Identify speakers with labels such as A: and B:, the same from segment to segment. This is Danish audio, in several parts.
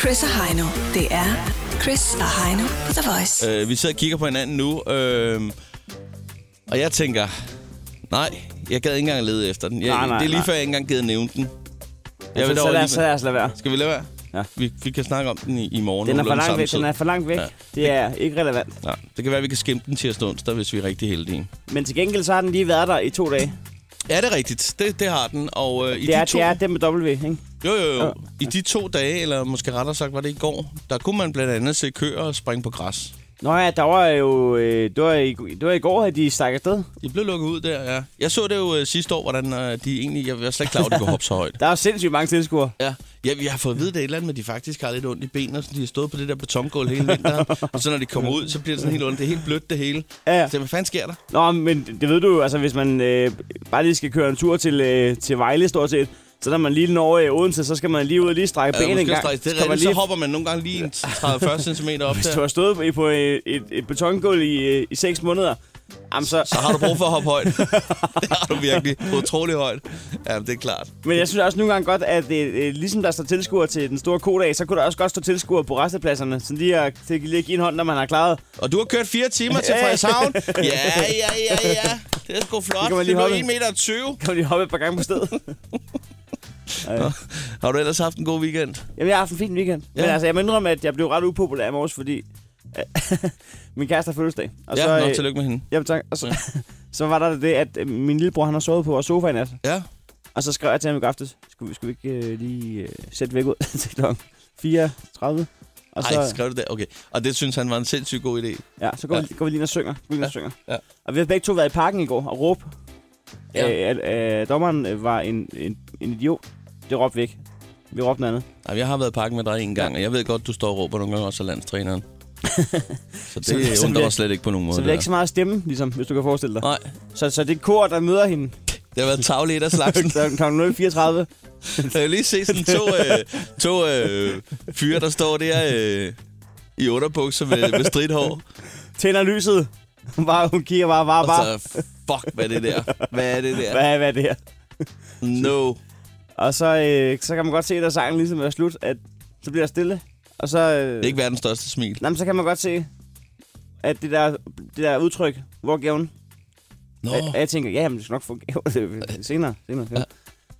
A: Chris og Heino. Det er Chris og Heino på The Voice.
B: Øh, vi sidder og kigger på hinanden nu, øh, og jeg tænker, nej, jeg gad ikke engang lede efter den. Jeg,
C: Nej, nej,
B: det er lige
C: nej.
B: før, jeg ikke engang gider nævne den.
C: Jeg Altså, så,
B: dog
C: så, lad,
B: alligevel-
C: os- så lad os lade være.
B: Skal vi lade være?
C: Ja.
B: Vi, vi kan snakke om den i, i morgen.
C: Den er for
B: nogenlunde
C: langt væk. Den
B: samtidig.
C: er for langt væk.
B: Ja.
C: Det er ikke relevant.
B: Ja, det kan være, at vi kan skimpe den tirsdag og onsdag, hvis vi er rigtig heldige.
C: Men til gengæld så har den lige været der i to dage.
B: Ja, det er rigtigt. Det, det har den. Og øh, i
C: Det er,
B: de to...
C: det er den med W, ikke?
B: Jo, jo, jo.
C: Ja.
B: I de to dage, eller måske rettere sagt, var det i går, der kunne man blandt andet se køer springe på græs.
C: Nå ja, der var jo... Øh, det, var i, det var i går, at de stak afsted.
B: De blev lukket ud der, ja. Jeg så det jo øh, sidste år, hvordan øh, de egentlig... Jeg var slet ikke klar over, at de kunne hoppe så højt.
C: Der er jo sindssygt mange tilskuere.
B: Ja, ja, jeg har fået at vide, at det er et eller andet, men de faktisk har lidt ondt i benene, så de har stået på det der betongulv hele vinteren. og så når de kommer ud, så bliver det sådan helt ondt. Det er helt blødt, det hele.
C: Ja, ja.
B: Så hvad fanden sker der?
C: Nå, men det ved du jo, altså hvis man øh, bare lige skal køre en tur til, øh, til Vejle stort set, så når man lige når øh, Odense, så skal man lige ud og lige strække
B: Ja,
C: benet en
B: måske
C: gang.
B: straks, det er
C: kan man
B: rigtigt, så
C: lige,
B: hopper man nogle gange lige en 30-40 cm op
C: hvis du
B: der.
C: har stået på- på et, et, et betongulv i, øh, i 6 måneder, jamen så,
B: Så har du brug for at hoppe højt. det har du virkelig. Utrolig højt. Ja, det er klart.
C: Men jeg synes også nogle gange godt, at øh, øh, ligesom der står tilskuer til den store kodag, så kunne der også godt stå tilskuer på restepladserne, så lige at, til lige at give en hånd, når man har klaret.
B: Og du har kørt fire timer til Frederikshavn. Ja, ja, ja, ja. Det er sgu flot.
C: Det kan man
B: Det, det
C: lige
B: blev
C: hoppe.
B: 1,20 meter. 20.
C: Kan man lige hoppe et par gange på stedet.
B: Har du ellers haft en god weekend?
C: Jamen, jeg har haft en fin weekend. Ja. Men
B: Ja.
C: altså, jeg må indrømme, at jeg blev ret upopulær i morges, fordi øh, min kæreste har fødselsdag. Og
B: Ja,
C: så,
B: nå,
C: øh,
B: tillykke med hende.
C: Jamen tak. Og så, så var der det, at øh, min lillebror han har sovet på vores sofa i nat.
B: Ja.
C: Og så skrev jeg til ham i går aftes, skulle, vi- skulle vi ikke øh, lige øh, sætte væk ud til klokken 4.30? Og så,
B: Ej, skrev du det? Okay. Og det synes han var en sindssygt god idé.
C: ja, så går,
B: Ja.
C: Vi, går vi lige ind og synger. Går vi lige ind og synger.
B: Ja.
C: Og vi har begge to været i parken i går og råb.
B: Ja.
C: Ja. Øh, at, øh, dommeren øh, var en, en, en idiot. Det råbte vi ikke. Vi råbte noget andet.
B: Jamen, jeg har været i parken med dig en gang, og jeg ved godt, du står og råber nogle gange også af landstræneren. så det
C: Så- så
B: så, undrer
C: vil-
B: os slet ikke på nogen måde.
C: Så det er
B: det
C: ikke så meget stemme, ligesom, hvis du kan forestille dig.
B: der. Nej,
C: Så, så det kor, der møder hende
B: det har været tavligt af slagsen.
C: kl. 0.34.
B: Jeg kan lige se sådan to, øh, to øh, fyre, der står der øh, i underbukser med, med stridthår.
C: Tænder lyset. Hun, bare, hun kigger bare, bare,
B: Og
C: bare.
B: så, fuck, hvad er det der? Hvad er det der?
C: Hvad, hvad er det her?
B: No.
C: Og så, øh, så kan man godt se, da sangen ligesom er slut, at så bliver der stille. Og så, øh,
B: Det er ikke verdens største smil.
C: nej, men så kan man godt se, at det der, det der udtryk, hvor er gaven?
B: Nå, Øh,
C: Oh. Og jeg tænker, ja, men det skal nok få gave senere. senere, senere. Ja.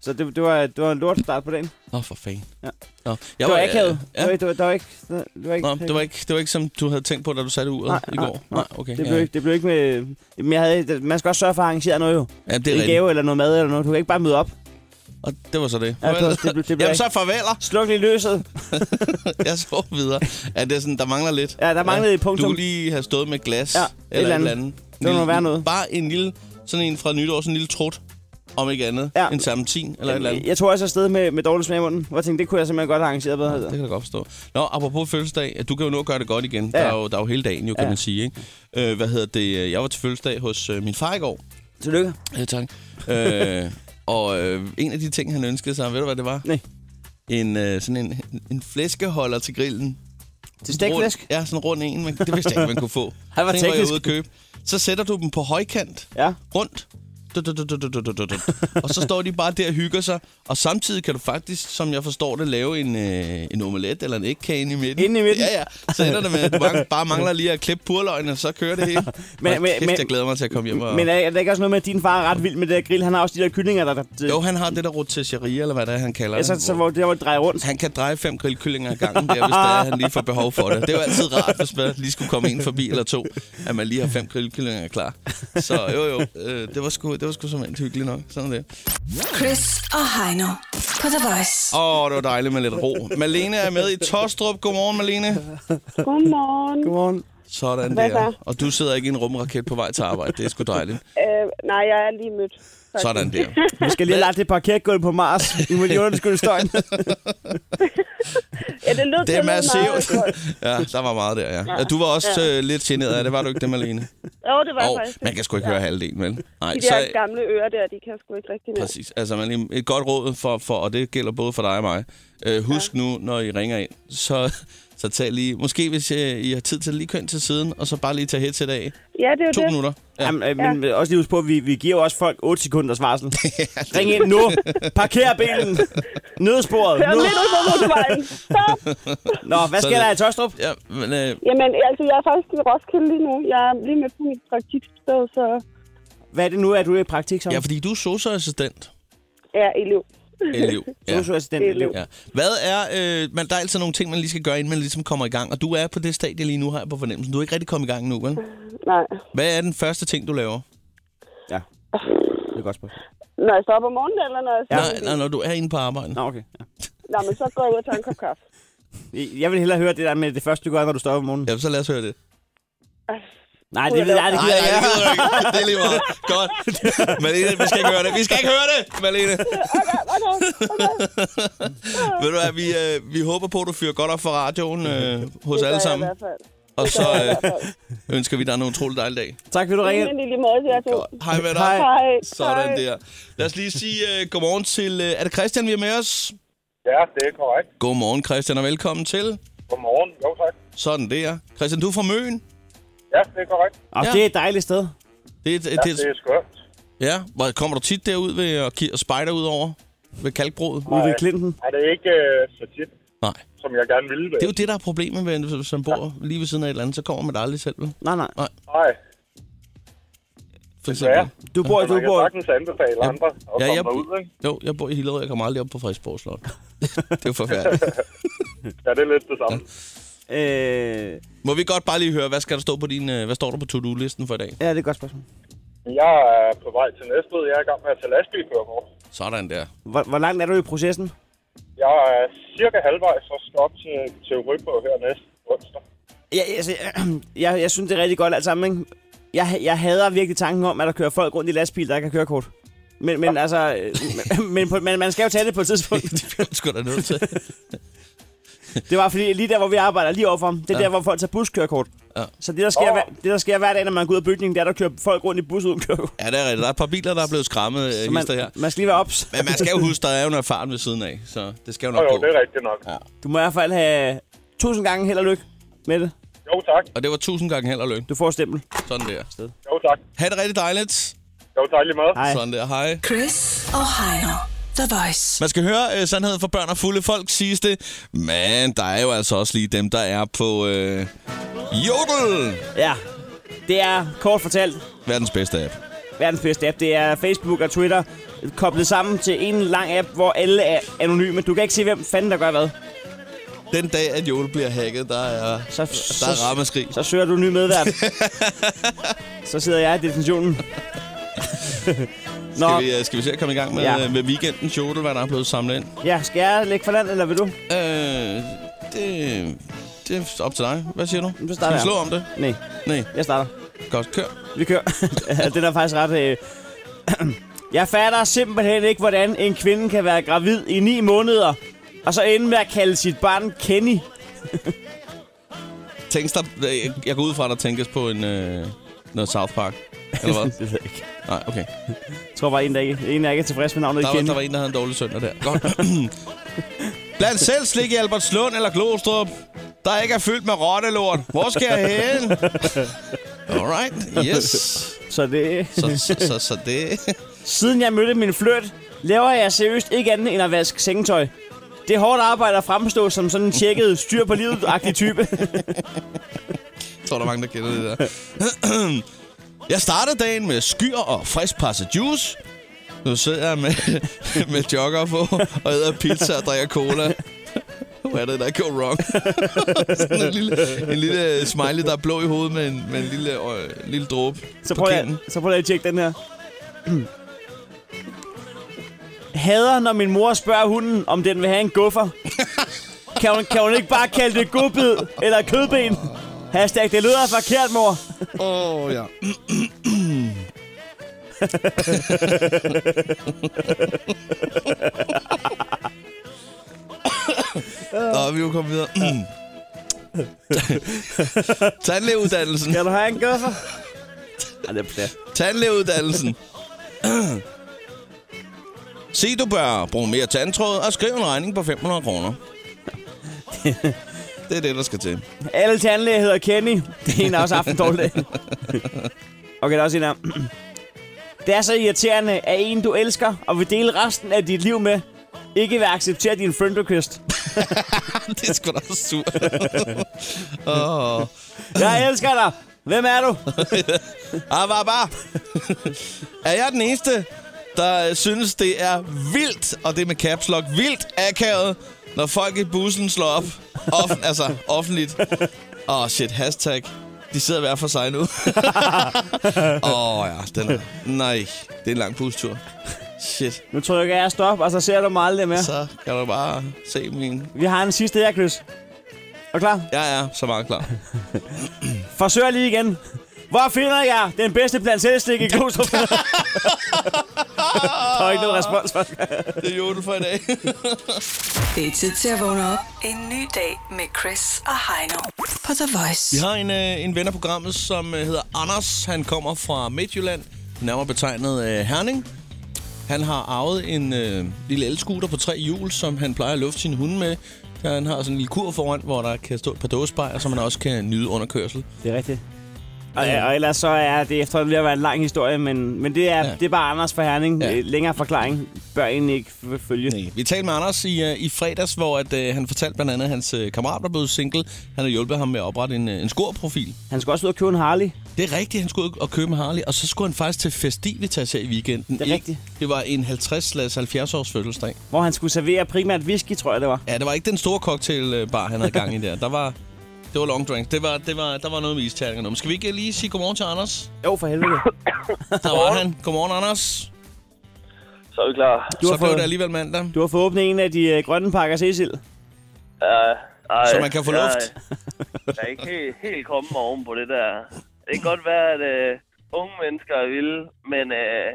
C: Så det, det, var, det var en lort start på dagen. Det
B: Nå for fanden.
C: Ja.
B: Nå. Jeg
C: var akavet.
B: Ja.
C: Det var- Det var- det var ikke... Det var ikke...
B: Nå, det var, ikke, det var ikke, som du havde tænkt på, da du satte uret
C: Nej,
B: i
C: nej,
B: går?
C: nej.
B: okay.
C: Det blev, ikke, det blev ikke med... Men jeg havde, det- man skal også sørge for at arrangere noget jo.
B: ja, det er
C: en
B: rigtigt.
C: gave eller noget mad eller noget. Du kan ikke bare møde op.
B: Og det var så det.
C: Ja, det var- det blev- det blev
B: Jamen
C: ikke.
B: så farveler.
C: Sluk lige løset.
B: Jeg så videre. Ja, det er sådan, der mangler lidt.
C: Ja, der manglede et punktum.
B: Du kunne lige have stået med et glas.
C: Ja,
B: Ja,
C: et
B: eller et
C: eller
B: eller
C: andet.
B: andet.
C: må
B: Lille-
C: være noget.
B: Bare en lille, sådan en fra nytår, sådan en lille trut. Om ikke andet. Ja.
C: Ja.
B: En samtin eller et eller andet.
C: Jeg tog også afsted med, med dårlig smag i munden. Hvor jeg tænkte, det kunne jeg simpelthen godt have arrangeret bedre.
B: Det
C: Altså.
B: kan jeg godt forstå. Nå, apropos fødselsdag, at du kan jo nå at gøre det godt igen. Ja.
C: Ja.
B: Der, er jo, der er jo hele dagen, jo, kan ja.
C: Ja.
B: man sige. Ikke? Øh, hvad hedder det? Jeg var til fødselsdag hos øh, min far i går.
C: Tillykke.
B: Ja, tak. øh, og øh, en af de ting, han ønskede sig, ved du, hvad det var?
C: Nej.
B: En, øh, sådan en, en flæskeholder til grillen.
C: Til stækflæsk.
B: Rund, ja, sådan rund en. Man, det vidste jeg ikke, man kunne få.
C: Han var
B: Den var jeg
C: teknisk.
B: ude at købe. Så sætter du dem på højkant.
C: Ja.
B: Rundt. Du, du, du, du, du, du, du, du, du. og så står de bare der og hygger sig. Og samtidig kan du faktisk, som jeg forstår det, lave en, øh, en omelet eller en ægkage inde i midten.
C: Inde i midten?
B: Ja, ja. Så ender det med, at du bare- bare mangler lige at klippe purløgene, og så kører det hele.
C: Men-
B: men,
C: men-
B: kæft,
C: men-
B: jeg glæder mig til at komme hjem og...
C: Men er, er der ikke også noget med, at din far er ret vild med det der grill? Han har også de der kyllinger, der... der
B: Jo, han har det der rotisserie, eller hvad det er, han kalder
C: altså,
B: det.
C: så
B: hvor...
C: hvor, der, hvor det drejer rundt.
B: Han kan dreje fem grillkyllinger ad gangen der, hvis der er, han lige får behov for det. Det er jo altid rart, hvis man lige skulle komme en forbi eller to, at man lige har fem grillkyllinger klar. Så jo, jo, øh, det var sgu, det var sgu som hyggeligt nok. Sådan er det.
A: Chris og Heino på The Voice.
B: Åh, oh, det var dejligt med lidt ro. Malene er med i Tostrup. Godmorgen, Malene.
D: Godmorgen.
C: Godmorgen.
B: Sådan
D: Hvad
B: der.
D: så?
B: Og du sidder ikke i en rumraket på vej til arbejde. Det er sgu dejligt.
D: Øh, nej, jeg er lige mødt. faktisk.
B: Sådan der.
C: Vi skal lige have lagt et parkergulv på Mars. Vi må lige underskylde støjen.
D: Ja, det
B: Det
D: lød
B: er
D: det lød meget
B: massivt.
D: godt.
B: Ja, der var meget der, ja. ja du var også øh, lidt generet af det, var du ikke det, Malene?
D: Jo, det var jeg
B: Og
D: faktisk.
B: man kan sgu ikke høre halvdelen, vel? Nej,
D: De
B: så,
D: der gamle ører der, de kan sgu ikke rigtig nå.
B: Præcis. Altså, man, lige- et godt råd, for, for, og det gælder både for dig og mig. Øh, husk ja. nu, når I ringer ind, så, så tag lige... Måske hvis øh, I har tid til lige køn til siden, og så bare lige tage headset af.
D: Ja, det er jo
B: To
D: det.
B: minutter. Ja.
C: Jamen, øh, men også lige husk på, at vi, vi giver jo også folk 8 sekunders varsel. Ring ind nu. Parker bilen. Nødsporet.
D: Kør
C: Nu.
D: lidt ud på motorvejen. Stop!
C: Nå, hvad skal
B: Sådan.
C: der i Tostrup?
B: Ja, men, øh,
D: Jamen, altså, jeg er faktisk i Roskilde lige nu. Jeg er lige med på mit praktiksted, så
C: Hvad er det nu, at du er i praktik som?
B: ja, fordi du er socioassistent.
D: jeg er elev.
B: Elev. Ja.
C: Socioassistent elev.
B: Ja. Hvad er, øh, man, der er altid nogle ting, man lige skal gøre, inden man ligesom kommer i gang. Og du er på det stadie lige nu, har jeg på fornemmelsen. Du er ikke rigtig kommet i gang nu, vel?
D: Nej.
B: Hvad er den første ting, du laver?
C: Ja. Det er godt spørgsmål.
D: Når jeg står op om morgenen, eller når jeg står
B: Nej, nej, når du er inde på arbejde.
C: Nå, okay. Ja.
D: Nå, men så går jeg ud og tager en kop kaffe.
C: Jeg vil hellere høre det der med det første, du gør, når du står op om morgenen. Ja.
B: Ja, så lad os høre det.
C: Nej, det ved jeg, det
B: Nej,
C: gider jeg
B: jeg
C: ikke.
B: gider ikke. Det er lige meget. Godt. Malene, vi skal ikke høre det. Vi skal ikke høre det, Malene. Ved du hvad, vi, øh, vi håber på, at du fyrer godt op for radioen øh, hos
D: Det gør
B: alle
D: jeg i
B: sammen.
D: hvert fald.
B: Og så
D: jeg i
B: øh, ønsker vi dig en utrolig dejlig dag.
C: Tak, fordi du ringede.
D: Men i lige måde, jeg tog.
B: Hej med dig.
C: Hej.
D: Hej.
B: Sådan
D: Hej.
B: der. Lad os lige sige øh, godmorgen til... Øh, er det Christian, vi er med os?
E: Ja, det er korrekt.
B: Godmorgen, Christian, og velkommen til.
E: Godmorgen. Jo, tak.
B: Sådan der. Christian, du er fra Møn.
E: Ja, det er korrekt.
C: Og
B: Ja.
C: det er et dejligt sted.
B: Det, er et-
E: Ja,
B: det,
E: det
B: det,
E: er skønt.
B: ja, Hvor- kommer du tit derud ved at ki- og spejder ud over ved kalkbroet?
C: Ude ved Clinton.
E: Er det ikke øh, så tit,
B: Nej.
E: som jeg gerne ville
B: Det er
E: være?
B: jo det, der er problemet med, hvis- hvis man bor lige ved siden af et eller andet, så kommer man der aldrig selv. vel?
C: Nej, nej.
E: Nej,
B: For
E: Desværre.
B: eksempel.
C: Du bor,
E: men
C: du
E: man kan
C: bor,
E: sagtens anbefale
B: Ja.
E: andre at
B: Ja,
E: komme
B: jeg,
E: derud, ikke?
B: jo, jeg bor i Hillerød, jeg kommer aldrig op på Frederiksborg Slot. det er jo forfærdeligt.
E: Ja, det er lidt det samme.
C: øh,
B: Må vi godt bare lige høre, hvad skal der stå på din, øh, hvad står der på to-do-listen for i dag?
C: ja, det er et godt spørgsmål.
E: Jeg er på vej til Næstved. Jeg er i gang med at tage lastbilkører på.
B: Sådan der.
C: Hvor, hvor langt er du i processen?
E: Jeg er cirka halvvejs og skal op til teoriprøve her næste onsdag.
C: Ja, altså, jeg, jeg synes, det er rigtig godt alt sammen, ikke? Jeg, jeg hader virkelig tanken om, at der kører folk rundt i lastbil, der ikke har kørekort. Men, men altså, øh, men, på, men man skal jo tage det på et tidspunkt.
B: det bliver man sgu da nødt til.
C: Det var fordi, lige der, hvor vi arbejder lige overfor, det er ja. der, hvor folk tager buskørekort.
B: Ja.
C: Så det der, sker,
E: Åh.
C: hver, det, der sker hver dag, når man går ud af bygningen, det er, der kører folk rundt i bus uden kørekort.
B: Ja, det er rigtigt. Der er et par biler, der er blevet skræmmet øh,
C: Man,
B: hister her.
C: man skal lige være ops.
B: Men man skal jo huske, der er jo noget erfaren ved siden af, så det skal jo
E: Og
B: nok
E: jo,
B: gå.
E: det er rigtigt nok.
C: Du må i hvert fald have tusind gange held og lykke med det.
E: Jo, tak.
B: Og det var tusind gange held og lykke.
C: Du får et stempel.
B: Sådan der.
E: Jo, tak.
B: Ha' det rigtig dejligt.
E: Jo, tak lige meget.
C: Hej.
B: Sådan der. Hej.
A: Chris og Heino. The Voice.
B: Man skal høre øh, sandheden for børn og fulde folk, siges det. Men der er jo altså også lige dem, der er på øh, Jodel.
C: Ja, det er kort fortalt
B: Verdens bedste app.
C: verdens bedste app. Det er Facebook og Twitter koblet sammen til en lang app, hvor alle er anonyme. Du kan ikke se, hvem fanden der gør hvad.
B: Den dag, at Jodel bliver hacket, der er,
C: Så,
B: der er
C: så,
B: rammeskrig.
C: så søger du en ny medvært. så sidder jeg i detentionen. Nå,
B: Skal vi, øh, skal vi se at komme i gang med,
C: Ja.
B: ja. med weekenden Jodel, hvad der er blevet samlet ind?
C: ja, skal jeg lægge for land, eller vil du?
B: Øh, det, det er op til dig. Hvad siger du?
C: starter
B: Skal vi
C: jeg.
B: slå om det?
C: Nej,
B: Nej,
C: jeg starter.
B: godt. Kør.
C: Vi kører. det er faktisk ret... Øh... Jeg fatter simpelthen ikke, hvordan en kvinde kan være gravid i 9 måneder, og så ende med at kalde sit barn Kenny.
B: Tænkes der, jeg går ud fra, at der tænkes på en, øh, noget South Park. Eller hvad?
C: det ved jeg ikke.
B: Nej, okay.
C: Jeg tror bare, en, der ikke, en, der ikke er tilfreds med navnet
B: Der var,
C: Kenny.
B: der var en, der havde en dårlig søndag der. Godt. Bland selv slik i Albertslund eller Glostrup, der ikke er fyldt med rottelort. Hvor skal jeg hen? Alright, yes.
C: Så det...
B: Så, så, så, så det...
C: Siden jeg mødte min flørt, laver jeg seriøst ikke andet end at vaske sengetøj. Det er hårdt arbejde at fremstå som sådan en tjekket, styr på livet-agtig type.
B: Jeg tror, der er mange, der kender det der. Jeg startede dagen med skyer og friskpresset juice. Nu sidder jeg med, med jogger på og æder pizza og drikker cola. Hvad er det, der går wrong? Sådan en lille, en lille øh, smiley, der er blå i hovedet med en, med en lille, øh, lille dråbe
C: Så
B: på
C: prøv, jeg,
B: kinden.
C: så prøv lige at tjekke den her. Hader, når min mor spørger hunden, om den vil have en guffer. kan, hun, kan hun ikke bare kalde det gubbid eller kødben? Hashtag, det lyder forkert, mor.
B: Åh, oh, ja. Nå, vi er jo kommet videre. Tandlægeuddannelsen.
C: Kan du have en guffer? Ej, det er plat.
B: Tandlægeuddannelsen. Se, du bør bruge mere tandtråd og skrive en regning på 500 kroner. Det er det, der skal til.
C: Alle tandlæger hedder Kenny. Det er en, der også har haft en dårlig dag. Okay, der er også en her. Det er så irriterende, at en, du elsker og vil dele resten af dit liv med, ikke vil acceptere din friend request.
B: det er sgu da også surt. Åh.
C: Jeg elsker dig. Hvem er du?
B: Ah, bah, bah. er jeg den eneste, der øh, synes, det er vildt, og det er med caps lock, vildt akavet, når folk i bussen slår op, off, altså offentligt. Åh, oh, shit, hashtag. De sidder hver for sig nu. Åh, oh, ja, den er... Nej, det er en lang bustur. Shit,
C: Nu trykker jeg stop, og så ser du mig aldrig mere.
B: så kan du bare se min...
C: Vi har en sidste her, Chris. Er du klar?
B: Jeg er så meget klar.
C: Forsøg lige igen. Hvor finder jeg den bedste plantellistik i Glostrup? der er ikke noget respons for
B: Det er jorden for i dag.
A: Det er tid til at vågne op. En ny dag med Chris og Heino på The Voice.
B: Vi har en, øh, en ven af programmet, som øh, hedder Anders. Han kommer fra Midtjylland, nærmere betegnet øh, Herning. Han har arvet en øh, lille elskuter på tre hjul, som han plejer at lufte sine hunde med. Der Han har sådan en lille kur foran, hvor der kan stå et par dåsebajer, som man også kan nyde under kørsel.
C: Det er rigtigt. Og, ja, og ellers så er det efterhånden ved at være en lang historie, men, men det, er,
B: Ja.
C: ja. det er bare Anders for Herning.
B: Ja.
C: Ja. Længere forklaring bør egentlig ikke f- følge.
B: Nej. Vi talte med Anders i, øh, i fredags, hvor at, øh, han fortalte blandt andet, at hans øh, kammerat var blevet single. Han har hjulpet ham med at oprette en, øh, en skorprofil.
C: Han skulle også ud og købe en Harley.
B: Det er rigtigt, han skulle ud og købe en Harley, og så skulle han faktisk til festivitas her i weekenden.
C: Det er
B: Ikke-
C: rigtigt.
B: Det var en 50-70 års fødselsdag.
C: hvor han skulle servere primært whisky, tror jeg det var.
B: Ja, det var ikke den store cocktailbar, han havde gang i der. Der var... Det var long drink. Det var, det var, der var noget med isterninger. Men skal vi ikke lige sige godmorgen til Anders?
C: Jo, for helvede.
B: Der var han. Godmorgen, Anders.
F: Så er vi klar.
C: Du
B: Så
C: har,
B: blev
C: fået,
B: det alligevel mandag,
C: du har fået åbnet en af de øh, grønne pakker Cecil.
F: Ja, ej,
B: så man kan få luft.
F: Jeg, jeg er ikke helt, helt kommet mig oven på det der. Det kan godt være, at øh, unge mennesker er vilde, men øh,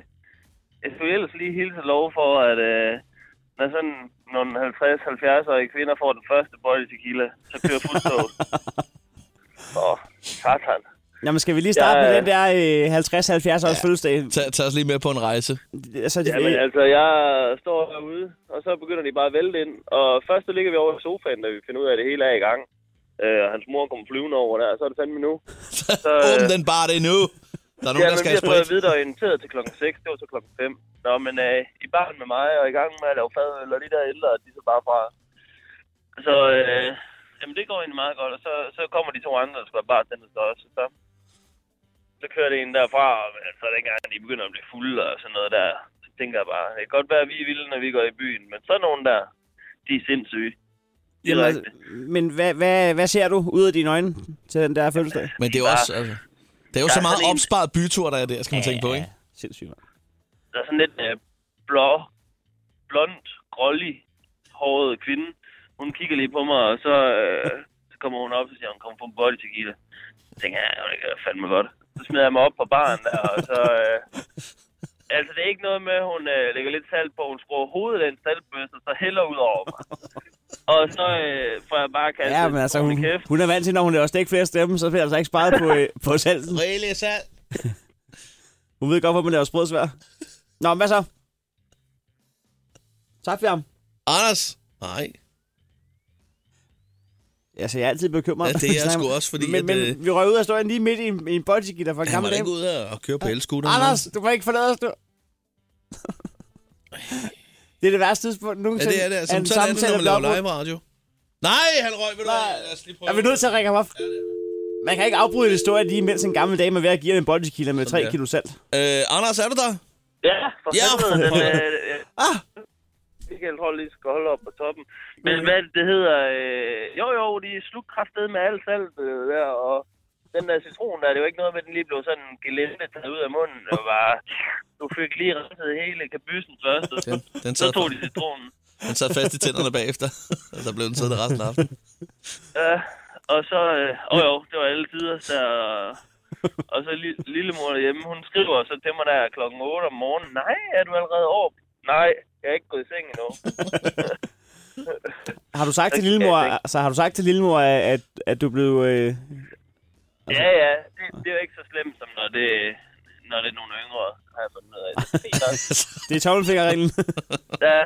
F: jeg skulle ellers lige hilse lov for, at øh, når sådan nogle 50-70-årige kvinder får den første bøjle tequila, så kører fuldstået. Åh, satan.
C: Jamen, skal vi lige starte
F: Ja,
C: ja,
F: ja.
C: med den der øh, 50-70 års ja. fødselsdag?
B: Tag, tag os lige med på en rejse.
C: Altså, de,
F: Jamen altså, jeg står herude, og så begynder de bare at vælte ind. Og først så ligger vi over i sofaen, da vi finder ud af, at det hele er i gang. Øh, og hans mor kommer flyvende over der, og så er det fandme nu. Så,
B: Åbn den bar, det er nu. Der er nogen,
F: Øh. ja,
B: der
F: men
B: skal
F: vi
B: have
F: har fået at
B: sprit.
F: vide, der er orienteret til klokken 6, det var så klokken 5. Nå, men øh, i barn med mig, og i gang med at lave fadøl, og de der ældre, de er så bare fra. Så, øh, jamen det går egentlig meget godt, og så, så kommer de to andre, der skal være bartender så også. Så, så kører det en derfra, og så dengang de begynder at blive fulde og sådan noget der, så tænker jeg bare, det kan godt være, at vi er vilde, når vi går i byen, men sådan nogen der, de er sindssyge.
C: jamen,
F: Direkte.
C: altså, men hvad, hvad, hvad ser du ud af dine øjne til den der fødselsdag?
B: Men det er jo også... Altså, det er jo
F: Der
B: så
F: er
B: meget
F: sådan en-
B: opsparet bytur, der er der, skal man tænke på, ikke?
C: Sindssygt, mand.
F: der er sådan lidt øh, blå, blond, grålig, håret kvinde. Hun kigger lige på mig, og så, øh, så kommer hun op og siger, hun kommer på en body tequila. Så tænker jeg, ja, det gør fandme godt. Så smider jeg mig op på baren der, og så... Øh, altså, det er ikke noget med, at hun øh, lægger lidt salt på. Hun skruer hovedet af en saltbøsse, og så hælder ud over mig. Og så øh, får jeg bare kastet
C: Ja, men altså,
F: skoven i
C: hun,
F: kæft.
C: hun er vant til, når hun laver stik flere stemme, så bliver altså ikke sparet på, øh, på salten.
B: Really salt.
C: Hun ved godt, hvor man laver sprødsvær. Nå, men hvad så? Tak for ham.
B: Anders. Nej.
C: Altså, jeg er altid bekymret.
B: Ja, det er jeg sgu også, fordi
C: men,
B: at,
C: men
B: øh,
C: vi røg ud af støjen lige midt i en, i en bodygitter for en
B: Han var
C: gammel
B: da
C: dame.
B: ikke ude og køre på elskuteren.
C: Anders, du må ikke forlade os nu. det er det værste tidspunkt
B: Ja,
C: nogensinde.
B: det er det.
C: at
B: Som
C: en
B: sådan er det,
C: samtale
B: når man laver
C: bliver afbrudt.
B: live radio. Nej, han røg, ved du hvad? Lad os lige prøve.
C: Er vi nødt til at række ham op? Man kan ikke afbryde en historie lige, mens en gammel dame er ved at give en bodygitter med 3
B: der.
C: kilo salt.
B: Øh, Anders, er du der?
F: Ja, for
B: Ja,
F: helvede.
B: for Ah.
F: Den,
B: helvede.
F: øh, øh, Michael tror lige skal holde op på toppen. Men hvad er det, det hedder? Øh, jo, jo, de slugte kraftedet med alt salt øh, der, og den der citron der, det var ikke noget med, at den lige blev sådan en gelinde taget ud af munden. Og bare, du fik lige renset hele kabysen først, og så,
B: Den, den
F: så
B: sad,
F: tog de citronen.
B: den sad fast i tænderne bagefter, og så blev den siddende resten af aftenen.
F: Ja, og så, øh, åh jo, det var alle tider, så... Og så li- lillemor derhjemme, hun skriver så til mig der klokken 8 om morgenen, nej, er du allerede over? Nej, jeg er ikke gået i seng endnu.
C: Har du sagt til
F: Okay,
C: lillemor,
F: jeg
C: altså, har du sagt til lillemor, at, at du blev... Øh,
F: Ja, ja, det, det er jo ikke så slemt, som når det fint nok.
C: Det er tommelfingerreglen.
F: Ja,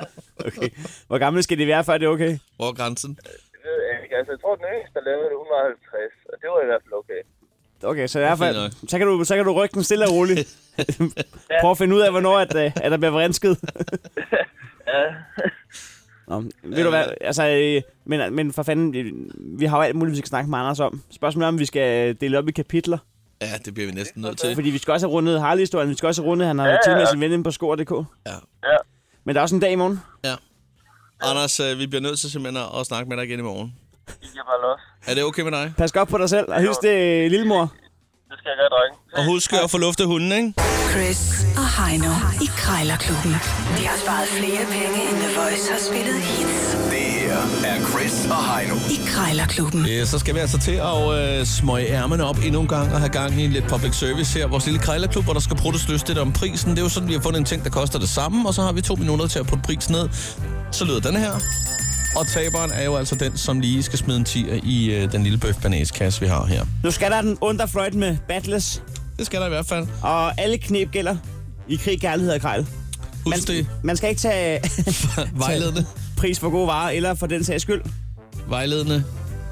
C: okay. Hvor gammel skal det være, før det er okay?
B: Over grænsen.
F: det ved jeg ikke. Altså, jeg tror, den yngste, der lavede det, hun var 50, og det var i hvert fald okay.
C: Okay, så i hvert
B: Fint
C: fald, så kan, du, så kan du rykke den stille og roligt. Prøv at finde ud af, hvornår at, øh, at der bliver vrinsket.
F: Ja,
C: Nå, ved du hvad, altså, øh, men, men for fanden, øh, vi har jo alt muligt, vi skal snakke med Anders om. Spørgsmålet er, om vi skal øh, dele op i kapitler.
B: Ja, det bliver vi næsten nødt til.
C: Fordi vi skal også have rundet Harley-historien, vi skal også have rundet, at han har været
F: Ja,
C: tid med
F: ja.
C: sin ven inde på skor.dk.
B: Ja.
F: ja.
C: Men der er også en dag i morgen.
B: ja. Anders, øh, vi bliver nødt til simpelthen at, at snakke med dig igen i morgen.
F: Det giver bare los.
B: Er det okay med dig?
C: Pas godt på dig selv, og hils det, øh, lillemor.
F: Det skal jeg gøre, drenge.
B: Og husk at få luftet hunden, ikke?
A: Chris og Heino i Krejlerklubben. De har sparet flere penge, end The Voice har spillet hits
G: Det her er Chris og Heino.
A: i Krejlerklubben.
B: Øh, Så skal vi altså til at øh, smøge ærmene op endnu en gang og have gang i lidt public service her. Vores lille krejlerklub, hvor der skal pruttes løs lidt om prisen. Det er jo sådan, vi har fundet en ting, der koster det samme, og så har vi to minutter til at putte prisen ned. Så lyder den her. Og taberen er jo altså den, som lige skal smide en tier i øh, den lille bøf kasse vi har her.
C: Nu skal der den underfløjt med Battles,
B: Det skal der i hvert fald.
C: og alle knep gælder i krig, kærlighed og krejl. Man,
B: Husk det.
C: man skal ikke tage
B: Vejledende.
C: pris for gode varer, eller for den sags skyld.
B: Vejledende.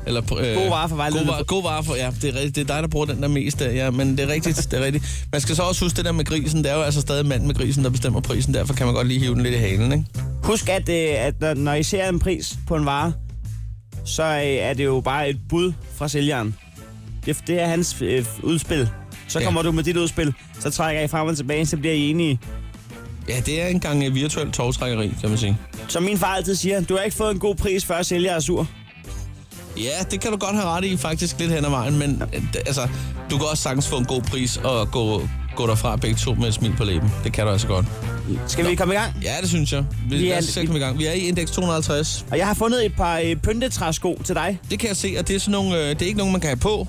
B: Eller, øh,
C: God vare for vejledende.
B: God vare, god vare for, ja, det er, rigtigt, det er dig, der bruger den der mest der, ja, men det er rigtigt, det er rigtigt. Man skal så også huske det der med grisen, det er jo altså stadig manden med grisen, der bestemmer prisen, derfor kan man godt lige hive den lidt i halen, ikke?
C: Husk, at, øh, at når, når I ser en pris på en vare, så øh, er det jo bare et bud fra sælgeren. Det, det er hans øh, udspil. Så
B: Ja.
C: kommer du med dit udspil, så trækker I frem og tilbage, så bliver I enige.
B: Ja, det er engang et virtuelt tovtrækkeri, kan man sige.
C: Som min far altid siger, du har ikke fået en god pris, før sælger er sur.
B: Ja, det kan du godt have ret i, faktisk lidt hen ad vejen, men øh, d- altså, du kan også sagtens få en god pris og gå, gå derfra begge to med et smil på læben. Det kan du altså godt.
C: Skal vi komme i gang?
B: Ja, det synes jeg. Vi,
C: Vi
B: vi
C: er-
B: er, lad os se at komme i gang. Vi er i indeks 250.
C: Og jeg har fundet et par øh, pyntetræsko til dig.
B: Det kan jeg se, at det er, sådan nogle, øh, det er ikke nogen, man kan have på.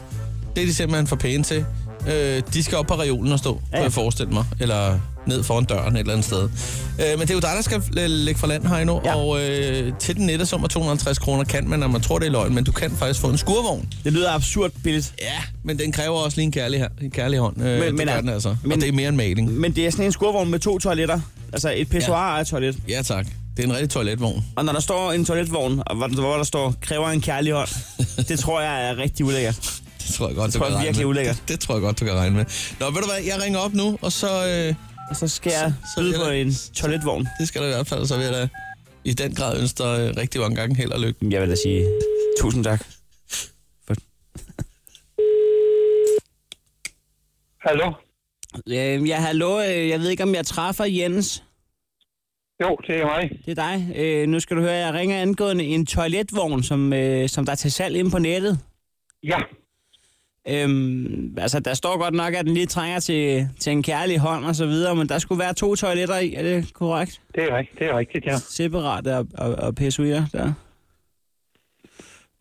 B: Det er de simpelthen for pæne til. Øh, de skal op på reolen og stå, ja.
C: ja.
B: kan jeg forestille mig. Eller ned foran døren et eller andet sted. Øh, men det er jo dig, der skal læ- lægge for land her endnu.
C: Ja.
B: Ja. Og øh, til den nette sum af 250 kroner kan man, og man tror, det er løgn, men du kan faktisk få en skurvogn.
C: Det lyder absurd billigt,
B: Ja, men den kræver også lige en kærlig, her- en kærlig hånd. Øh, men, det
C: men
B: gør
C: er-
B: den altså.
C: men-
B: og det er mere en maling.
C: men det er sådan en skurvogn med to toiletter. Altså et pissoir og et toilet.
B: Ja tak. Det er en rigtig toiletvogn.
C: Og når der står en toiletvogn, og hvor, hvor der står, kræver en kærlig hånd, det tror jeg er rigtig ulækkert.
B: Det tror jeg godt,
C: tror
B: du
C: jeg
B: kan
C: virkelig er
B: regne med.
C: ulækkert.
B: Det, det tror jeg godt, du kan regne med. Nå, ved du hvad? Jeg ringer op nu, og så... Øh,
C: Og så skal jeg
B: Så- så
C: byde
B: er
C: på
B: der-
C: en toiletvogn.
B: det skal der i hvert fald, så vil jeg da i den grad ønske dig øh, rigtig mange gange held og lykke.
C: Jeg vil da sige tusind tak. For...
E: Hallo?
C: Øh, ja, hallo. øh, Jeg ved ikke, om jeg træffer Jens.
E: Jo, det er mig.
C: Det er dig. Øh, nu skal du høre, jeg ringer angående en toiletvogn, som, øh, som der er til salg inde på nettet.
E: Ja,
C: Øhm, altså, der står godt nok, at den lige trænger til, til en kærlig hånd og så videre, men der skulle være to toiletter i, er det korrekt?
E: det er rigtigt, det er rigtigt ja.
C: Separat og, og, og PSU'er der.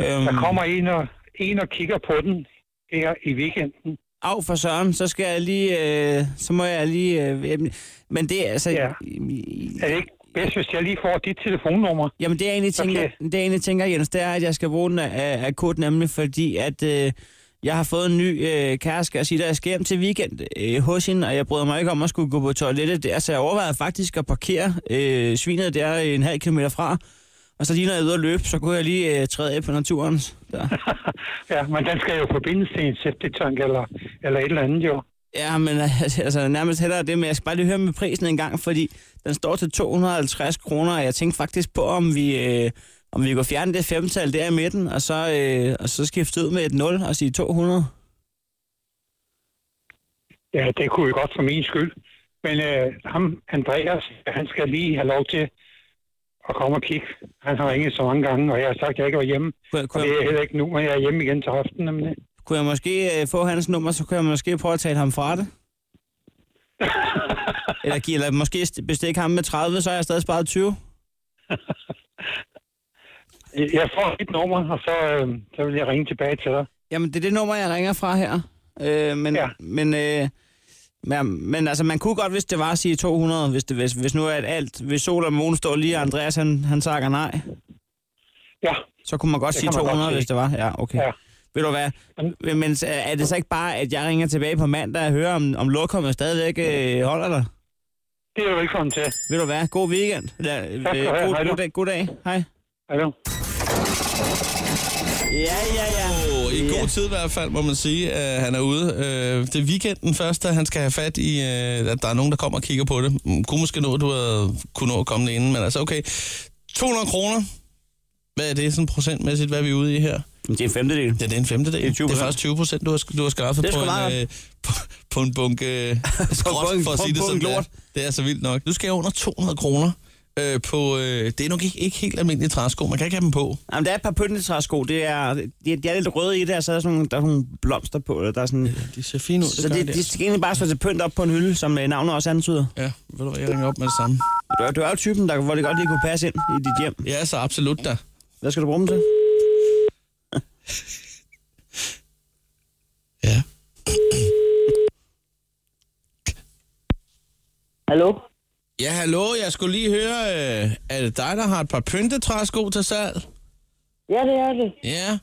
C: Øhm,
E: Der kommer en og, en og kigger på den her i weekenden.
C: af for søren, så skal jeg lige, øh, så må jeg lige, øh, jamen, men det er altså, ja.
E: Ja. Er det ikke bedst, hvis jeg lige får dit telefonnummer?
C: jamen det jeg egentlig tænker,
E: Okay.
C: det jeg egentlig tænker, Jens, det er, at jeg skal bruge den af, af kort nemlig, fordi at øh, jeg har fået en ny øh, kæreste, og siger, at jeg skal hjem til weekend øh, hos hende, og jeg bryder mig ikke om at skulle gå på toilettet der, så jeg overvejede faktisk at parkere øh, svinet der en halv kilometer fra, og så lige når jeg er ude at løbe, så kunne jeg lige øh, træde af på naturens. Der.
E: Ja, men den skal jo forbindes til en septitank eller, eller et eller andet jo.
C: Ja, men altså nærmest hellere det, men jeg skal bare lige høre med prisen en gang, fordi den står til 250 kroner, og jeg tænkte faktisk på, om vi, øh, om vi kunne fjerne det femtal der i midten, og så, øh, og så skifte ud med et 0 og sige 200.
E: Ja, det kunne jo godt for min skyld. Men øh, ham, Andreas, han skal lige have lov til at komme og kigge. Han har ringet så mange gange, og jeg har sagt, at jeg ikke var hjemme.
C: Kunne jeg,
E: Og
C: kunne
E: det er
C: jeg,
E: jeg heller ikke nu, men jeg er hjemme igen til aften. Nemlig.
C: kunne jeg måske øh, få hans nummer, så kunne jeg måske prøve at tale ham fra det? eller, give- eller måske st- bestikke ham med 30, så har jeg stadig sparet 20.
E: Jeg får dit nummer, og så, øh, så vil jeg ringe tilbage til dig.
C: Jamen, det er det nummer, jeg ringer fra her. Øh, men, ja.
E: Ja.
C: men, øh, men, men altså, man kunne godt, hvis det var, sige 200, hvis, det, hvis, hvis nu er et alt, hvis sol og måne står lige, og Andreas, han, han sakker nej,
E: Ja,
C: så kunne man godt
E: Det
C: sige
E: kan man godt
C: 200,
E: sige.
C: hvis det var. Ja, okay. Ja.
E: Ja.
C: Ved du hvad, men, men er- er det så ikke bare, at jeg ringer tilbage på mandag og hører, om, om lokummet stadigvæk øh, holder dig?
E: Det er du velkommen til.
C: øh, Ved du hvad? God weekend. Ja, øh,
E: du have. Hej
C: god,
E: du.
C: god, dag, god dag. Hej.
E: Hallo.
C: Ja, ja, ja.
B: Oh, I god tid i hvert fald, må man sige, at han er ude. Øh, det er weekenden først, at han skal have fat i, øh, at der er nogen, der kommer og kigger på det. Mm, Kunne måske nå, at du havde kunne nå at komme det inden, men altså okay. 200 kroner. Hvad er det sådan procentmæssigt, hvad er vi ude i her?
C: Det er en femtedel.
B: Ja, det er en femtedel.
C: Det er
B: Det
C: 20%.
B: er, faktisk 20 procent, du har, du har skaffet
C: Det er
B: på
C: sgu
B: en,
C: meget
B: øh, på, på en bunke øh, skrot,
C: bunke-
B: for at
C: på
B: sige
C: en
B: det som
C: bunke
B: det er.
C: lort.
B: Det er så vildt nok. Nu skal jeg under 200 kroner øh, på... Øh, det er nok ikke, ikke helt almindelige træsko. Man kan ikke have dem på.
C: Jamen, der er et par pyntetræsko. Det er, de, er, de er lidt røde i det, og så er der sådan nogle, der er sådan nogle blomster på. Eller der er sådan,
B: De ser fine ud,
C: så det, de skal egentlig bare stå til pynt op på en hylde, som øh, navnet også antyder.
B: Ja, ved du hvad, jeg ringer op med det samme.
C: Du er, du er jo typen, der, hvor det godt lige kunne passe ind i dit hjem.
B: Ja, så absolut da.
C: Hvad skal du bruge dem til?
B: Ja.
D: Hallo?
B: Ja, hallo, jeg skulle lige høre, øh, er det dig, der har et par pyntetræsko til salg?
D: Ja, det er det.
B: Ja.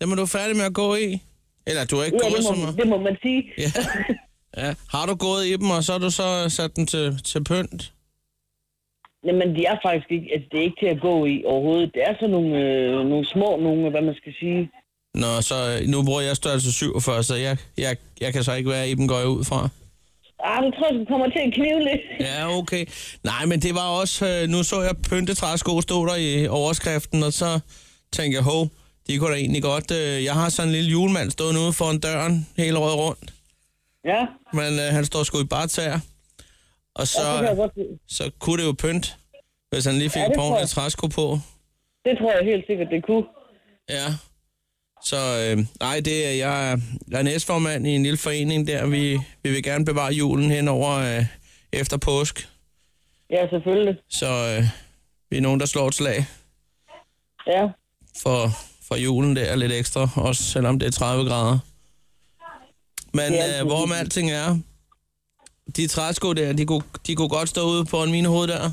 B: Dem er du færdig med at gå i? Eller du er ikke
D: Ja,
B: gået
D: det
B: så
D: må,
B: meget?
D: det må man sige.
B: Ja. ja. Har du gået i dem, og så har du så sat dem til, til pynt?
D: Jamen, de er faktisk ikke, altså, det er ikke til at gå i overhovedet. Det er sådan nogle, øh, nogle små nogle, hvad man skal sige.
B: Nå, så øh, nu bruger jeg størrelse 47, så jeg, jeg, jeg kan så ikke være i dem, går jeg ud fra.
D: Ah, det tror jeg, du kommer til at knive lidt.
B: Ja, okay. Nej, men det var også... Øh, nu så jeg pyntetræsko stå der i overskriften, og så tænkte jeg, hov, de kunne da egentlig godt... Øh, jeg har sådan en lille julemand stående ude foran døren hele året rundt,
D: Ja,
B: men øh, han står sgu i bartager. Og
D: ja det, kan jeg
B: så,
D: godt, lide.
B: så kunne det jo pynt, hvis han lige fik
D: Ja,
B: et
D: det
B: par
D: tror
B: ordentlige
D: jeg.
B: træsko på.
D: det tror jeg helt sikkert, det kunne.
B: Ja. Så øh, nej, det er jeg, er- jeg er næstformand i en lille forening der. Vi, vi vil gerne bevare julen hen over øh, efter påsk.
D: Ja, selvfølgelig.
B: Så øh, vi er nogen, der slår et slag.
D: Ja,
B: for, for julen der lidt ekstra, også selvom det er 30 grader. Men
D: Det er altid
B: øh, hvorom alting er, de træsko der, de kunne, de kunne godt stå ude på en minehoved der.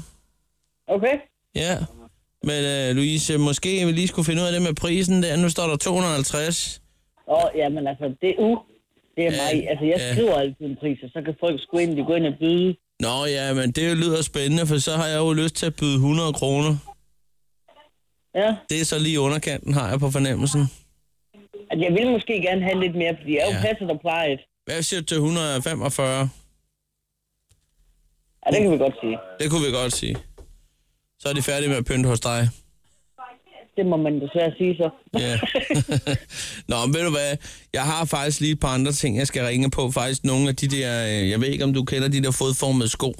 D: okay.
B: Ja. Men øh, Louise, måske vi lige skulle finde ud af det med prisen der. Nu står der 250.
D: Og ja, men altså, det er u. Det er
B: Ja,
D: mig. Altså, jeg
B: ja.
D: skriver altid en pris, og så kan folk sgu ind, de går ind og byde.
B: Nå ja, men det lyder spændende, for så har jeg jo lyst til at byde 100 kroner.
D: Ja,
B: Det er så lige underkanten, har jeg på fornemmelsen.
D: altså, jeg vil måske gerne have lidt mere, fordi jeg er jo
B: Ja.
D: passet og plejet.
B: Hvad siger du til 145?
D: Ja, det kan vi godt sige.
B: Det kunne vi godt sige. Så er de færdige med at pynte hos dig.
D: Det må man desværre sige så.
B: Ja. Nå, men ved du hvad? Jeg har faktisk lige et par andre ting, jeg skal ringe på. Faktisk nogle af de der, øh, jeg ved ikke om du kender de der fodformede sko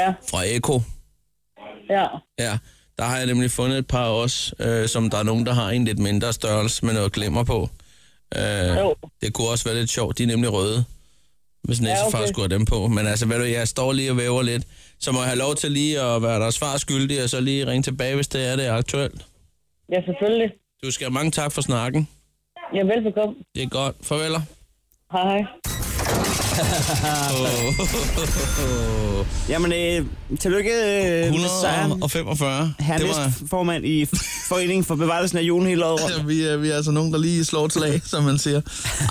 D: Ja,
B: fra Eko.
D: ja.
B: Ja, der har jeg nemlig fundet et par også, øh, som der er nogen, der har en lidt mindre størrelse med noget glemmer på. Øh,
D: Jo.
B: det kunne også være lidt sjovt, de er nemlig røde. Hvis næste ja, okay.
D: okay.
B: far skulle have dem på. Men altså, ved du, jeg står lige og væver lidt. Så må jeg have lov til lige at være der svar skyldig, og så lige ringe tilbage, hvis det er det er aktuelt.
D: Ja, selvfølgelig.
B: Du skal have mange tak for snakken.
D: Ja, velbekomme.
B: Det er godt. Farveler.
D: Hej, hej.
C: Jamen, øh, tillykke øh, med sejren.
B: 145.
C: Her
B: det
C: var... formand i Foreningen for Bevarelsen af Julen hele året rundt.
B: var, vi, er, vi er altså nogen, der lige slår et slag, som man siger.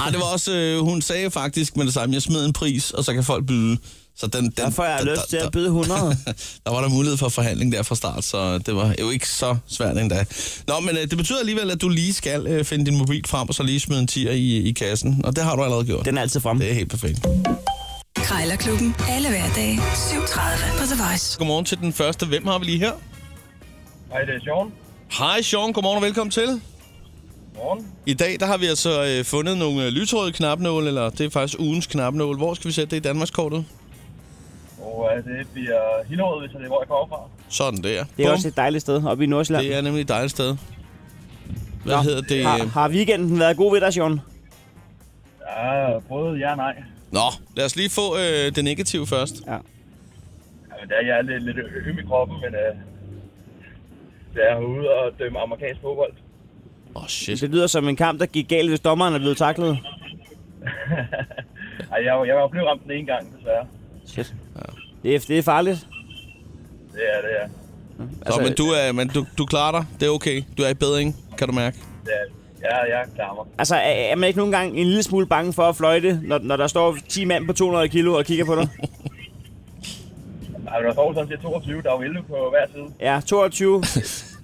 B: Ej, det var også, øh, hun sagde faktisk med det samme, jeg smed en pris, og så kan folk byde. Så den, den,
C: Derfor har jeg
B: der,
C: lyst til
B: der,
C: at byde 100.
B: der, der var der mulighed for forhandling der fra start, så det var jo ikke så svært endda. Nå, men øh, det betyder alligevel, at du lige skal øh, finde din mobil frem, og så lige smide en tier i, i kassen. Og det har du allerede gjort.
C: Den er altid fremme.
B: Det er helt perfekt.
A: Krejlerklubben. Alle hverdage 7.30 på The Voice.
B: Godmorgen til den første. Hvem har vi lige her?
F: Hej, det er Sean.
B: Hej Sean, godmorgen og velkommen til.
F: Morgen.
B: I dag der har vi altså øh, fundet nogle øh, lyserøde knapnål, eller det er faktisk ugens knapnål. Hvor skal vi sætte det i Danmarkskortet?
F: Og øh, det bliver Hillerød, hvis det er, hvor jeg kommer fra.
B: Sådan der.
C: Det er
B: Bum.
C: også et dejligt sted oppe i Nordsjælland.
B: det øh, er nemlig et dejligt sted. Hvad
C: Nå, Ah.
B: hedder det?
C: Har, har weekenden været god ved dig, Sean?
F: Ja, både ja og nej.
B: Nå, lad os lige få øh, det negative først.
F: Ja, men der er jeg lidt, lidt øm i kroppen, men øh, da jeg er ude og dømme amerikansk fodbold.
B: Åh, oh, shit.
C: Det lyder som en kamp, der gik galt, hvis dommeren er blevet taklet.
F: Ej, jeg, var- jeg var blevet ramt den ene gang, desværre.
C: Shit. Det er, det er farligt. Mm.
F: Det er det, ja.
B: Altså, Nå, men, du, er, men du, du klarer dig. Det er okay. Du er i bedring, kan du mærke.
F: det er, det. ja jeg klarer mig.
C: Altså, er, er man ikke nogen gange en lille smule bange for at fløjte, når, når der står 10 mand på 200 kilo og kigger på dig?
F: Altså, der står sådan set 22, der er jo 11 på hver side.
C: Ja, 22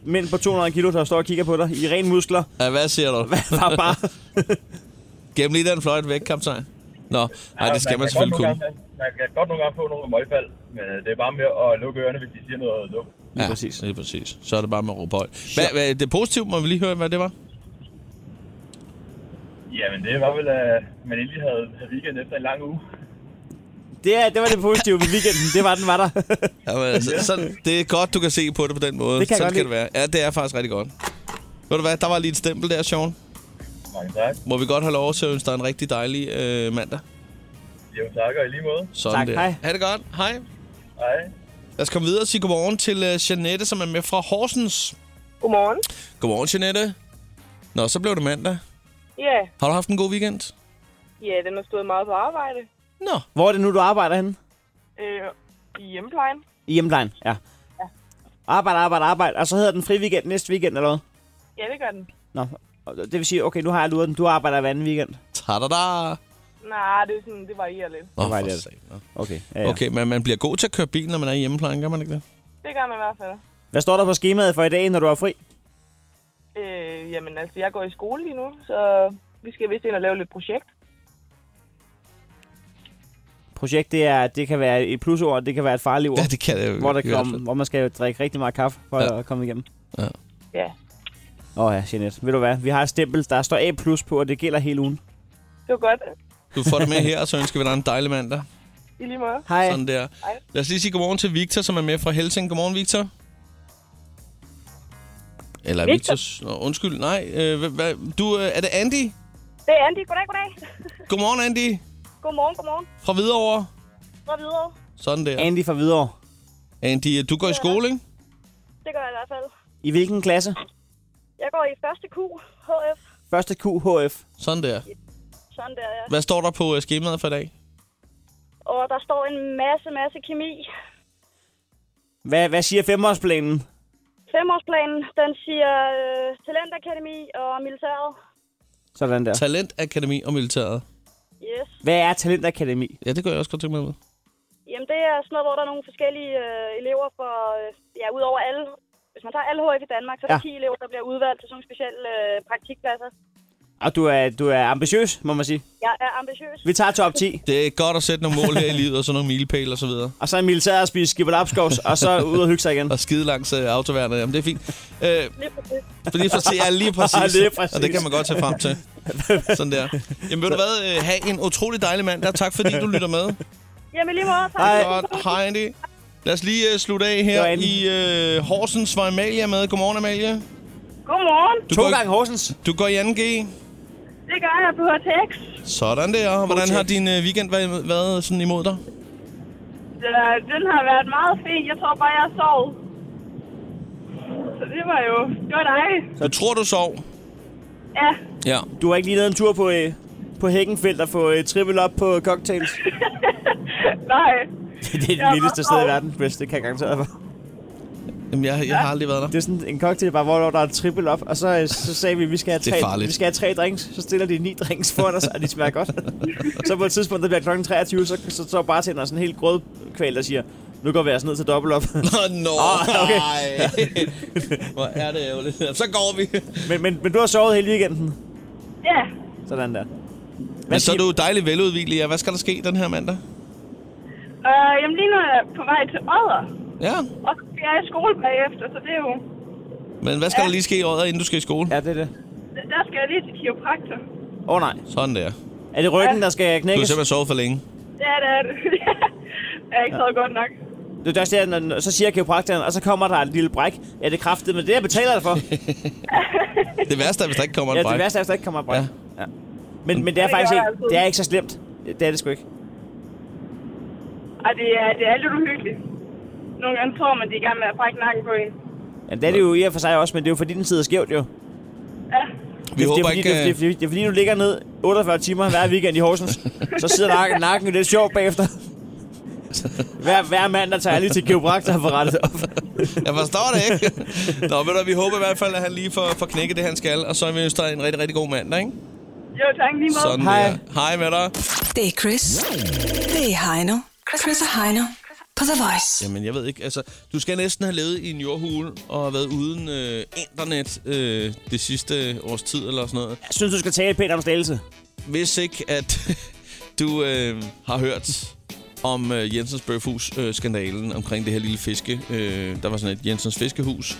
C: mænd på 200 kilo, der står og kigger på dig i ren muskler.
B: Ja, hvad siger du?
C: Bare, bare.
B: Gem lige den fløjt væk, kaptajn. Nå, nej, det skal man
F: Altså, kan godt
B: selvfølgelig
F: nogle
B: kunne.
F: gange- Man, man kan godt nogle gange få nogle møgfald, men øh, det er bare med at lukke ørerne, hvis de siger noget dumt.
C: Lige præcis.
B: Lige præcis. Så er det bare med at råbe højt. Hvad, hvad, det positive, må vi lige høre, hvad det var?
F: Jamen, det var vel, at man endelig havde, havde weekend efter en lang uge.
C: Det, er- det var det positive ved weekenden. Det var, den var der.
B: Jamen, altså, sådan, det er godt, du kan se på det på den måde.
C: Det kan jeg
B: sådan
C: godt
B: skal
C: lide.
B: det være. Ja, det er faktisk rigtig godt. Ved du hvad, der var lige et stempel der, Sean.
F: Mange tak.
B: Må vi godt have lov til at ønske dig en rigtig dejlig øh, mandag.
F: Jo, tak, og i lige måde.
B: Sådan
C: Tak,
B: der.
C: hej.
B: Ha' det godt. Hej.
F: Hej.
B: Lad os komme videre og sige godmorgen til øh, Janette, som er med fra Horsens.
H: Godmorgen.
B: Godmorgen, Janette. Nå, så blev det mandag.
H: Ja,
B: Har du haft en god weekend?
H: ja den har stået meget på arbejde.
B: Nå,
C: Hvor er det nu, du arbejder henne?
H: Øh, I hjemmeplejen.
C: I hjemplejen, ja. Arbejde, arbejde, arbejde. Og så hedder den fri weekend næste weekend, eller hvad?
H: Ja, det gør den.
C: Nå, og det vil sige, okay, nu har jeg luret den. Du arbejder hver anden weekend.
B: ta-da-da.
H: Nej, det, er sådan, det varierer lidt.
B: Nå,
C: var
B: for
C: det.
B: satan. Nå.
C: Okay, ja, ja.
B: Okay, men man bliver god til at køre bil, når man er i hjemmeplejen, gør man ikke det?
H: Det gør man i hvert fald.
C: Hvad står der på skemaet for i dag, når du er fri?
H: Øh, jamen altså, jeg går i skole lige nu, så vi skal vist ind og lave lidt projekt.
C: Projekt, det, er, det kan være et plusord, det kan være et farligt ord.
B: Ja, det kan det.
C: hvor,
B: i
C: der
B: hvert
C: kom,
B: fald.
C: hvor man skal drikke rigtig meget kaffe for
B: Ja.
C: ja. at komme igennem.
H: Ja,
C: Åh oh, ja, Jeanette. Ved du hvad? Vi har et stempel, der står A++ på, og det gælder hele ugen.
H: det var godt.
B: Du får det med her, og så ønsker vi dig en dejlig mandag.
H: I lige måde.
C: Hej.
B: Sådan der.
H: Hej.
B: Lad os lige sige godmorgen til Victor, som er med fra Helsing. Godmorgen, Victor. Eller
H: Victor.
B: Victor. Nå, undskyld, nej. Øh, hvad- hvad- du, øh, er det Andy?
H: Det er Andy. Goddag, goddag.
B: Godmorgen, Andy.
H: Godmorgen, godmorgen.
B: Fra Hvidovre.
H: Gå videre.
B: Sådan der.
C: Andy fra Hvidovre.
B: Andy, øh, du går i skole, ikke?
H: Det gør jeg i hvert fald.
C: I hvilken klasse?
H: Jeg går i første Q, HF.
C: Første QHF.
B: Sådan der.
H: Sådan der, ja.
B: Hvad står der på øh, skemaet for i dag?
H: Og der står en masse, masse kemi.
C: Hvad, hvad siger femårsplanen?
H: Femårsplanen, den siger øh, talentakademi og militæret.
C: Sådan der.
B: Talent, akademi og militæret.
H: Yes.
C: Hvad er Talentakademi?
B: Ja, det gør jeg også godt tænke mig med.
H: Jamen, det er sådan noget, hvor der er nogle forskellige øh, elever for, øh, ja, ud over alle. Hvis man tager alle HF i Danmark, så er der
C: Ja.
H: ja. 10 elever, der bliver udvalgt til sådan nogle specielle øh, praktikpladser.
C: Og du er, du er ambitiøs, må man sige.
H: Jeg er ambitiøs.
C: Vi tager top 10,
B: Det er godt at sætte nogle mål her i livet, og sådan nogle milepæle og så videre.
C: og så er militæret at spise skibberlapskovs, og så ud og hygge sig igen.
B: Og skide langs øh, autoværnet. Jamen, det er fint. Øh,
H: Lige præcis.
B: Lige præcis. Ja, lige præcis.
C: Ah, Lige præcis.
B: Og det kan man godt tage frem til. Sådan der. Jamen ved du hvad, øh, have en utrolig dejlig mand. Tak fordi du lytter med.
H: Jamen, lige måde. Tak.
C: Hej.
B: Godt. Hej Andy. Lad os lige øh, slutte af
C: Det var
B: her
C: Andy.
B: i øh, Horsens, hvor Amalie er med. Godmorgen, Amalie.
H: Godmorgen.
B: Du
C: To
B: går, i-
C: gange Horsens.
B: Du går i 2G.
H: Det gør jeg på HTX.
B: Sådan der. Hvordan har din øh, weekend været, været sådan imod dig?
H: Øh, Den har været meget fin. Jeg tror bare, jeg sov. Så det var jo... Det var dejligt.
B: Du tror, du sov.
H: Ja.
B: Ja.
C: Du har ikke lige lavet en tur på, øh, på Hækkenfeldt og få øh, trippel op på cocktails.
H: Nej.
C: det er
H: Jeg
C: det
H: var
C: vildeste sted i
H: sov.
C: verden, hvis det kan jeg garantere for.
B: Jamen, jeg, jeg har aldrig været der.
C: Det er sådan en cocktail, bare hvor der er trippel op, og så, øh, så sagde vi, at vi skal, have
B: Det er
C: tre,
B: farligt.
C: vi skal have tre drinks. Så stiller de ni drinks foran os, og de smager godt. så på et tidspunkt, der bliver klokken 23, så, så står bare til sådan en helt grødkval, der siger, nu går vi altså ned til dobbelt op.
B: Nå, no,
C: Ah, okay.
B: Hvor er det ærgerligt. Så går vi.
C: men, men, men du har sovet hele weekenden.
H: Ja.
C: Sådan der.
B: Men så er du dejligt veludviklet. Ja, hvad skal der ske den her mandag?
H: Øh, jamen, lige nu er jeg på vej til Odder.
B: Ja,
H: Og så skal jeg i skole bagefter, så det er jo...
B: men hvad skal der lige ske i året, inden du skal i skole?
C: Ja, det er det.
H: Der skal jeg lige til kiropraktor.
C: Åh oh, nej.
B: Sådan der.
C: Er det ryggen, der skal
B: Du har
C: knækkes?
B: simpelthen sovet for længe.
H: Ja, det er det. jeg er ikke så godt nok.
C: Det er også det, når- når- så siger kiropraktoren, og så kommer der et lille bræk. Ja, det er kraftigt, men det jeg betaler dig for.
B: Det værste er, hvis der ikke kommer en
C: ja, det
B: bræk.
C: værste er, hvis der ikke kommer et bræk.
B: Ja.
C: Ja. ja. Men, men det er
H: Det
C: faktisk
H: gør
C: ikke,
H: jeg altid.
C: det er ikke så slemt. Det er det sgu ikke.
H: Ej, det er, det er lidt uhyggeligt. Nogle gange tror man, de er i gang med at brække nakken på en.
C: Ja, det er det jo i og for sig også, men det er jo fordi, den sidder skævt jo.
H: Ja.
B: Vi
C: det, er
B: håber
C: fordi,
B: ikke...
C: det, er, det, er,
B: øh,
C: fordi- det er fordi, du ligger ned 48 timer hver weekend i Horsens. så sidder nakken, nakken jo lidt sjovt bagefter. Hver, hver mand, der tager jeg lige til kiropraktor for rettet op.
B: Jeg forstår det ikke. Nå, ved du, hvad, vi håber i hvert fald, at han lige får, får knækket det, han skal. Og så vil vi ønske dig en rigtig, rigtig god mandag, ikke?
H: Jo, tak lige måde.
B: Sådan
C: Hej.
B: der. Hej med dig.
A: Det er Chris. Det er Heino. Chris og Heino på The Voice.
B: Jamen, jeg ved ikke. Altså, du skal næsten have levet i en jordhule og have været uden øh, internet øh, det sidste års tid eller sådan noget.
C: Jeg synes, du skal tale pænt om stillelse.
B: Hvis ikke, at du øh, har hørt om øh, Jensens Bøfhus-skandalen omkring det her lille fiske. Øh, der var sådan et Jensens Fiskehus,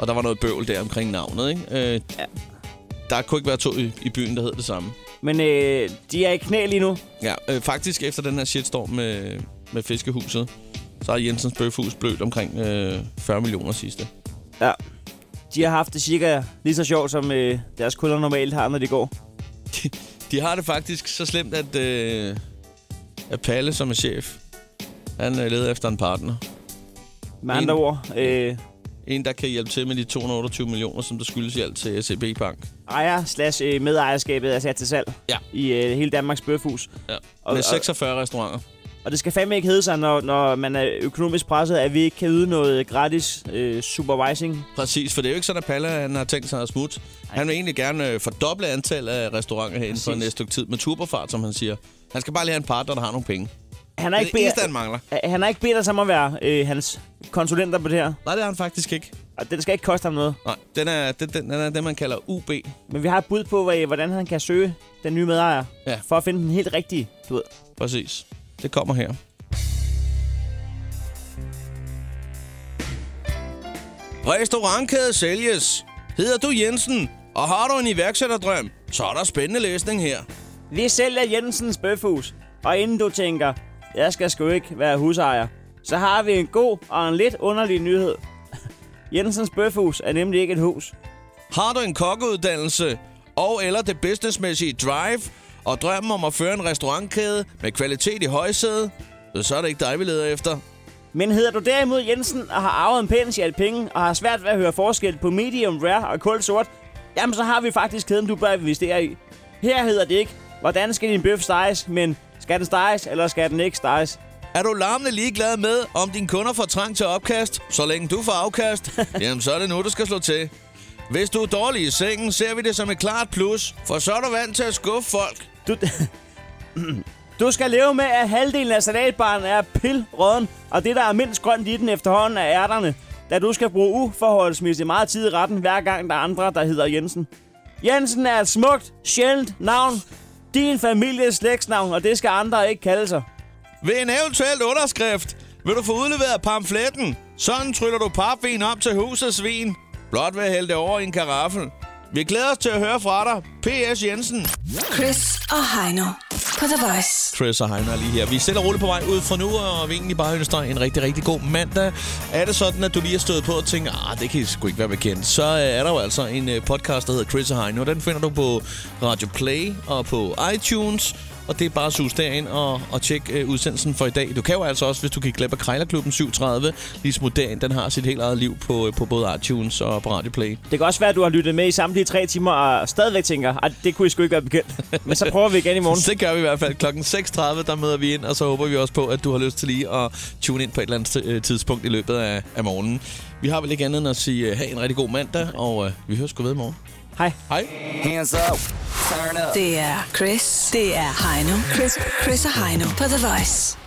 B: og der var noget bøvl der omkring navnet, ikke? Øh, ja. Der kunne ikke være to i, i byen, der hed det samme.
C: Men øh, de er i knæ lige nu.
B: Ja, øh, faktisk efter den her shitstorm med, med fiskehuset, så er Jensens Bøfhus blødt omkring øh, 40 millioner sidste.
C: Ja. De har haft det cirka lige så sjovt, som øh, deres kunder normalt har, når de går.
B: De, de har det faktisk så slemt, at, øh, at Palle, som er chef, han øh, leder efter en partner.
C: Med andre
B: En-
C: ord, øh,
B: En, der kan hjælpe til med de 228 millioner, som der skyldes i alt til SEB Bank.
C: ejer slash øh, medejerskabet er sat til salg
B: Ja.
C: i øh, hele Danmarks bøfhus.
B: Ja.
C: Og-
B: Med
C: og-
B: 46 restauranter.
C: Og det skal fandme ikke hedde sig, når, når man er økonomisk presset, at vi ikke kan yde noget gratis øh, supervising.
B: Præcis, for det er jo ikke sådan, at Palle han har tænkt sig at smutte. Han vil egentlig gerne øh, fordoble antallet af restauranter herinde for
C: Præcis.
B: næste stykke tid med turbofart, som han siger. Han skal bare lige have en partner, der har nogle penge.
C: Han har
B: Det er
C: ikke
B: det eneste, han
C: bedt,
B: mangler.
C: han har ikke bedt os om at være øh, hans konsulenter på det her.
B: Nej, det har han faktisk ikke.
C: Og det skal ikke koste ham noget.
B: Nej, den er, den, den, den er det, man kalder UB.
C: Men vi har et bud på, hvad- hvordan han kan søge den nye medejer.
B: Ja.
C: For at finde den helt rigtige, du ved.
B: Præcis. Det kommer her. Restaurantkæde sælges. Hedder du Jensen, og har du en iværksætterdrøm, så er der spændende læsning her.
C: Vi sælger Jensens Bøfhus. Og inden du tænker, jeg skal sgu ikke være husejer, så har vi en god og en lidt underlig nyhed. Jensens Bøfhus er nemlig ikke et hus.
B: Har du en kokkeuddannelse og eller det businessmæssige drive og drømmen om at føre en restaurantkæde med kvalitet i højsædet, så er det ikke dig, vi leder efter.
C: Men hedder du derimod Jensen og har arvet en pæn sjæl penge og har svært ved at høre forskel på medium, rare og kold sort, jamen så har vi faktisk kæden, du bør investere i. Her hedder det ikke, hvordan skal din bøf steges, men skal den steges, eller skal den ikke steges?
B: Er du larmende ligeglad med, om dine kunder får trang til opkast, så længe du får afkast, jamen så er det nu, du skal slå til. Hvis du er dårlig i sengen, ser vi det som et klart plus, for så er du vant til at skuffe folk.
C: Du, du skal leve med, at halvdelen af salatbaren er pilråden, og det, der er mindst grønt i den efterhånden, er ærterne, da du skal bruge uforholdsmæssigt meget tid i retten, hver gang der er andre, der hedder Jensen. Jensen er et smukt, sjældent navn. Din families slægtsnavn, og det skal andre ikke kalde sig.
B: Ved en eventuel underskrift vil du få udleveret pamfletten. Sådan tryller du papvin op til husets vin. Blot ved at hælde det over i en karaffel. Vi glæder os til at høre fra dig. P.S. Jensen.
A: Chris og Heino på The Voice.
B: Chris og Heiner er lige her. Vi er stille og roligt på vej ud fra nu, og vi egentlig bare ønsker dig en rigtig, rigtig god mandag. Er det sådan, at du lige har stået på og tænker, ah, det kan I sgu ikke være bekendt, så øh, er der jo altså en øh, podcast, der hedder Chris og Heino. Den finder du på Radio Play og på iTunes. Og det er bare at sus derind og, og tjek øh, udsendelsen for i dag. Du kan jo altså også, hvis du kan glemme Krejlerklubben 730, lige smut derind. Den har sit helt eget liv på, øh, på både iTunes og på Radio Play.
C: Det kan også være, at du har lyttet med i samtlige tre timer og stadigvæk tænker, at det kunne I sgu ikke være bekendt. Men så prøver vi igen i morgen.
B: Det gør vi i hvert fald. Klokken 6.30, der møder vi ind, og så håber vi også på, at du har lyst til lige at tune ind på et eller andet øh, tidspunkt i løbet af, af morgenen. Vi har vel ikke andet end at sige, øh, have en rigtig god mandag, og øh, vi høres sgu ved i morgen.
C: Hej.
B: Hej.
G: Hands up. Turn up.
A: Det er Chris. Det er Heino. Chris, Chris og Heino på The Voice.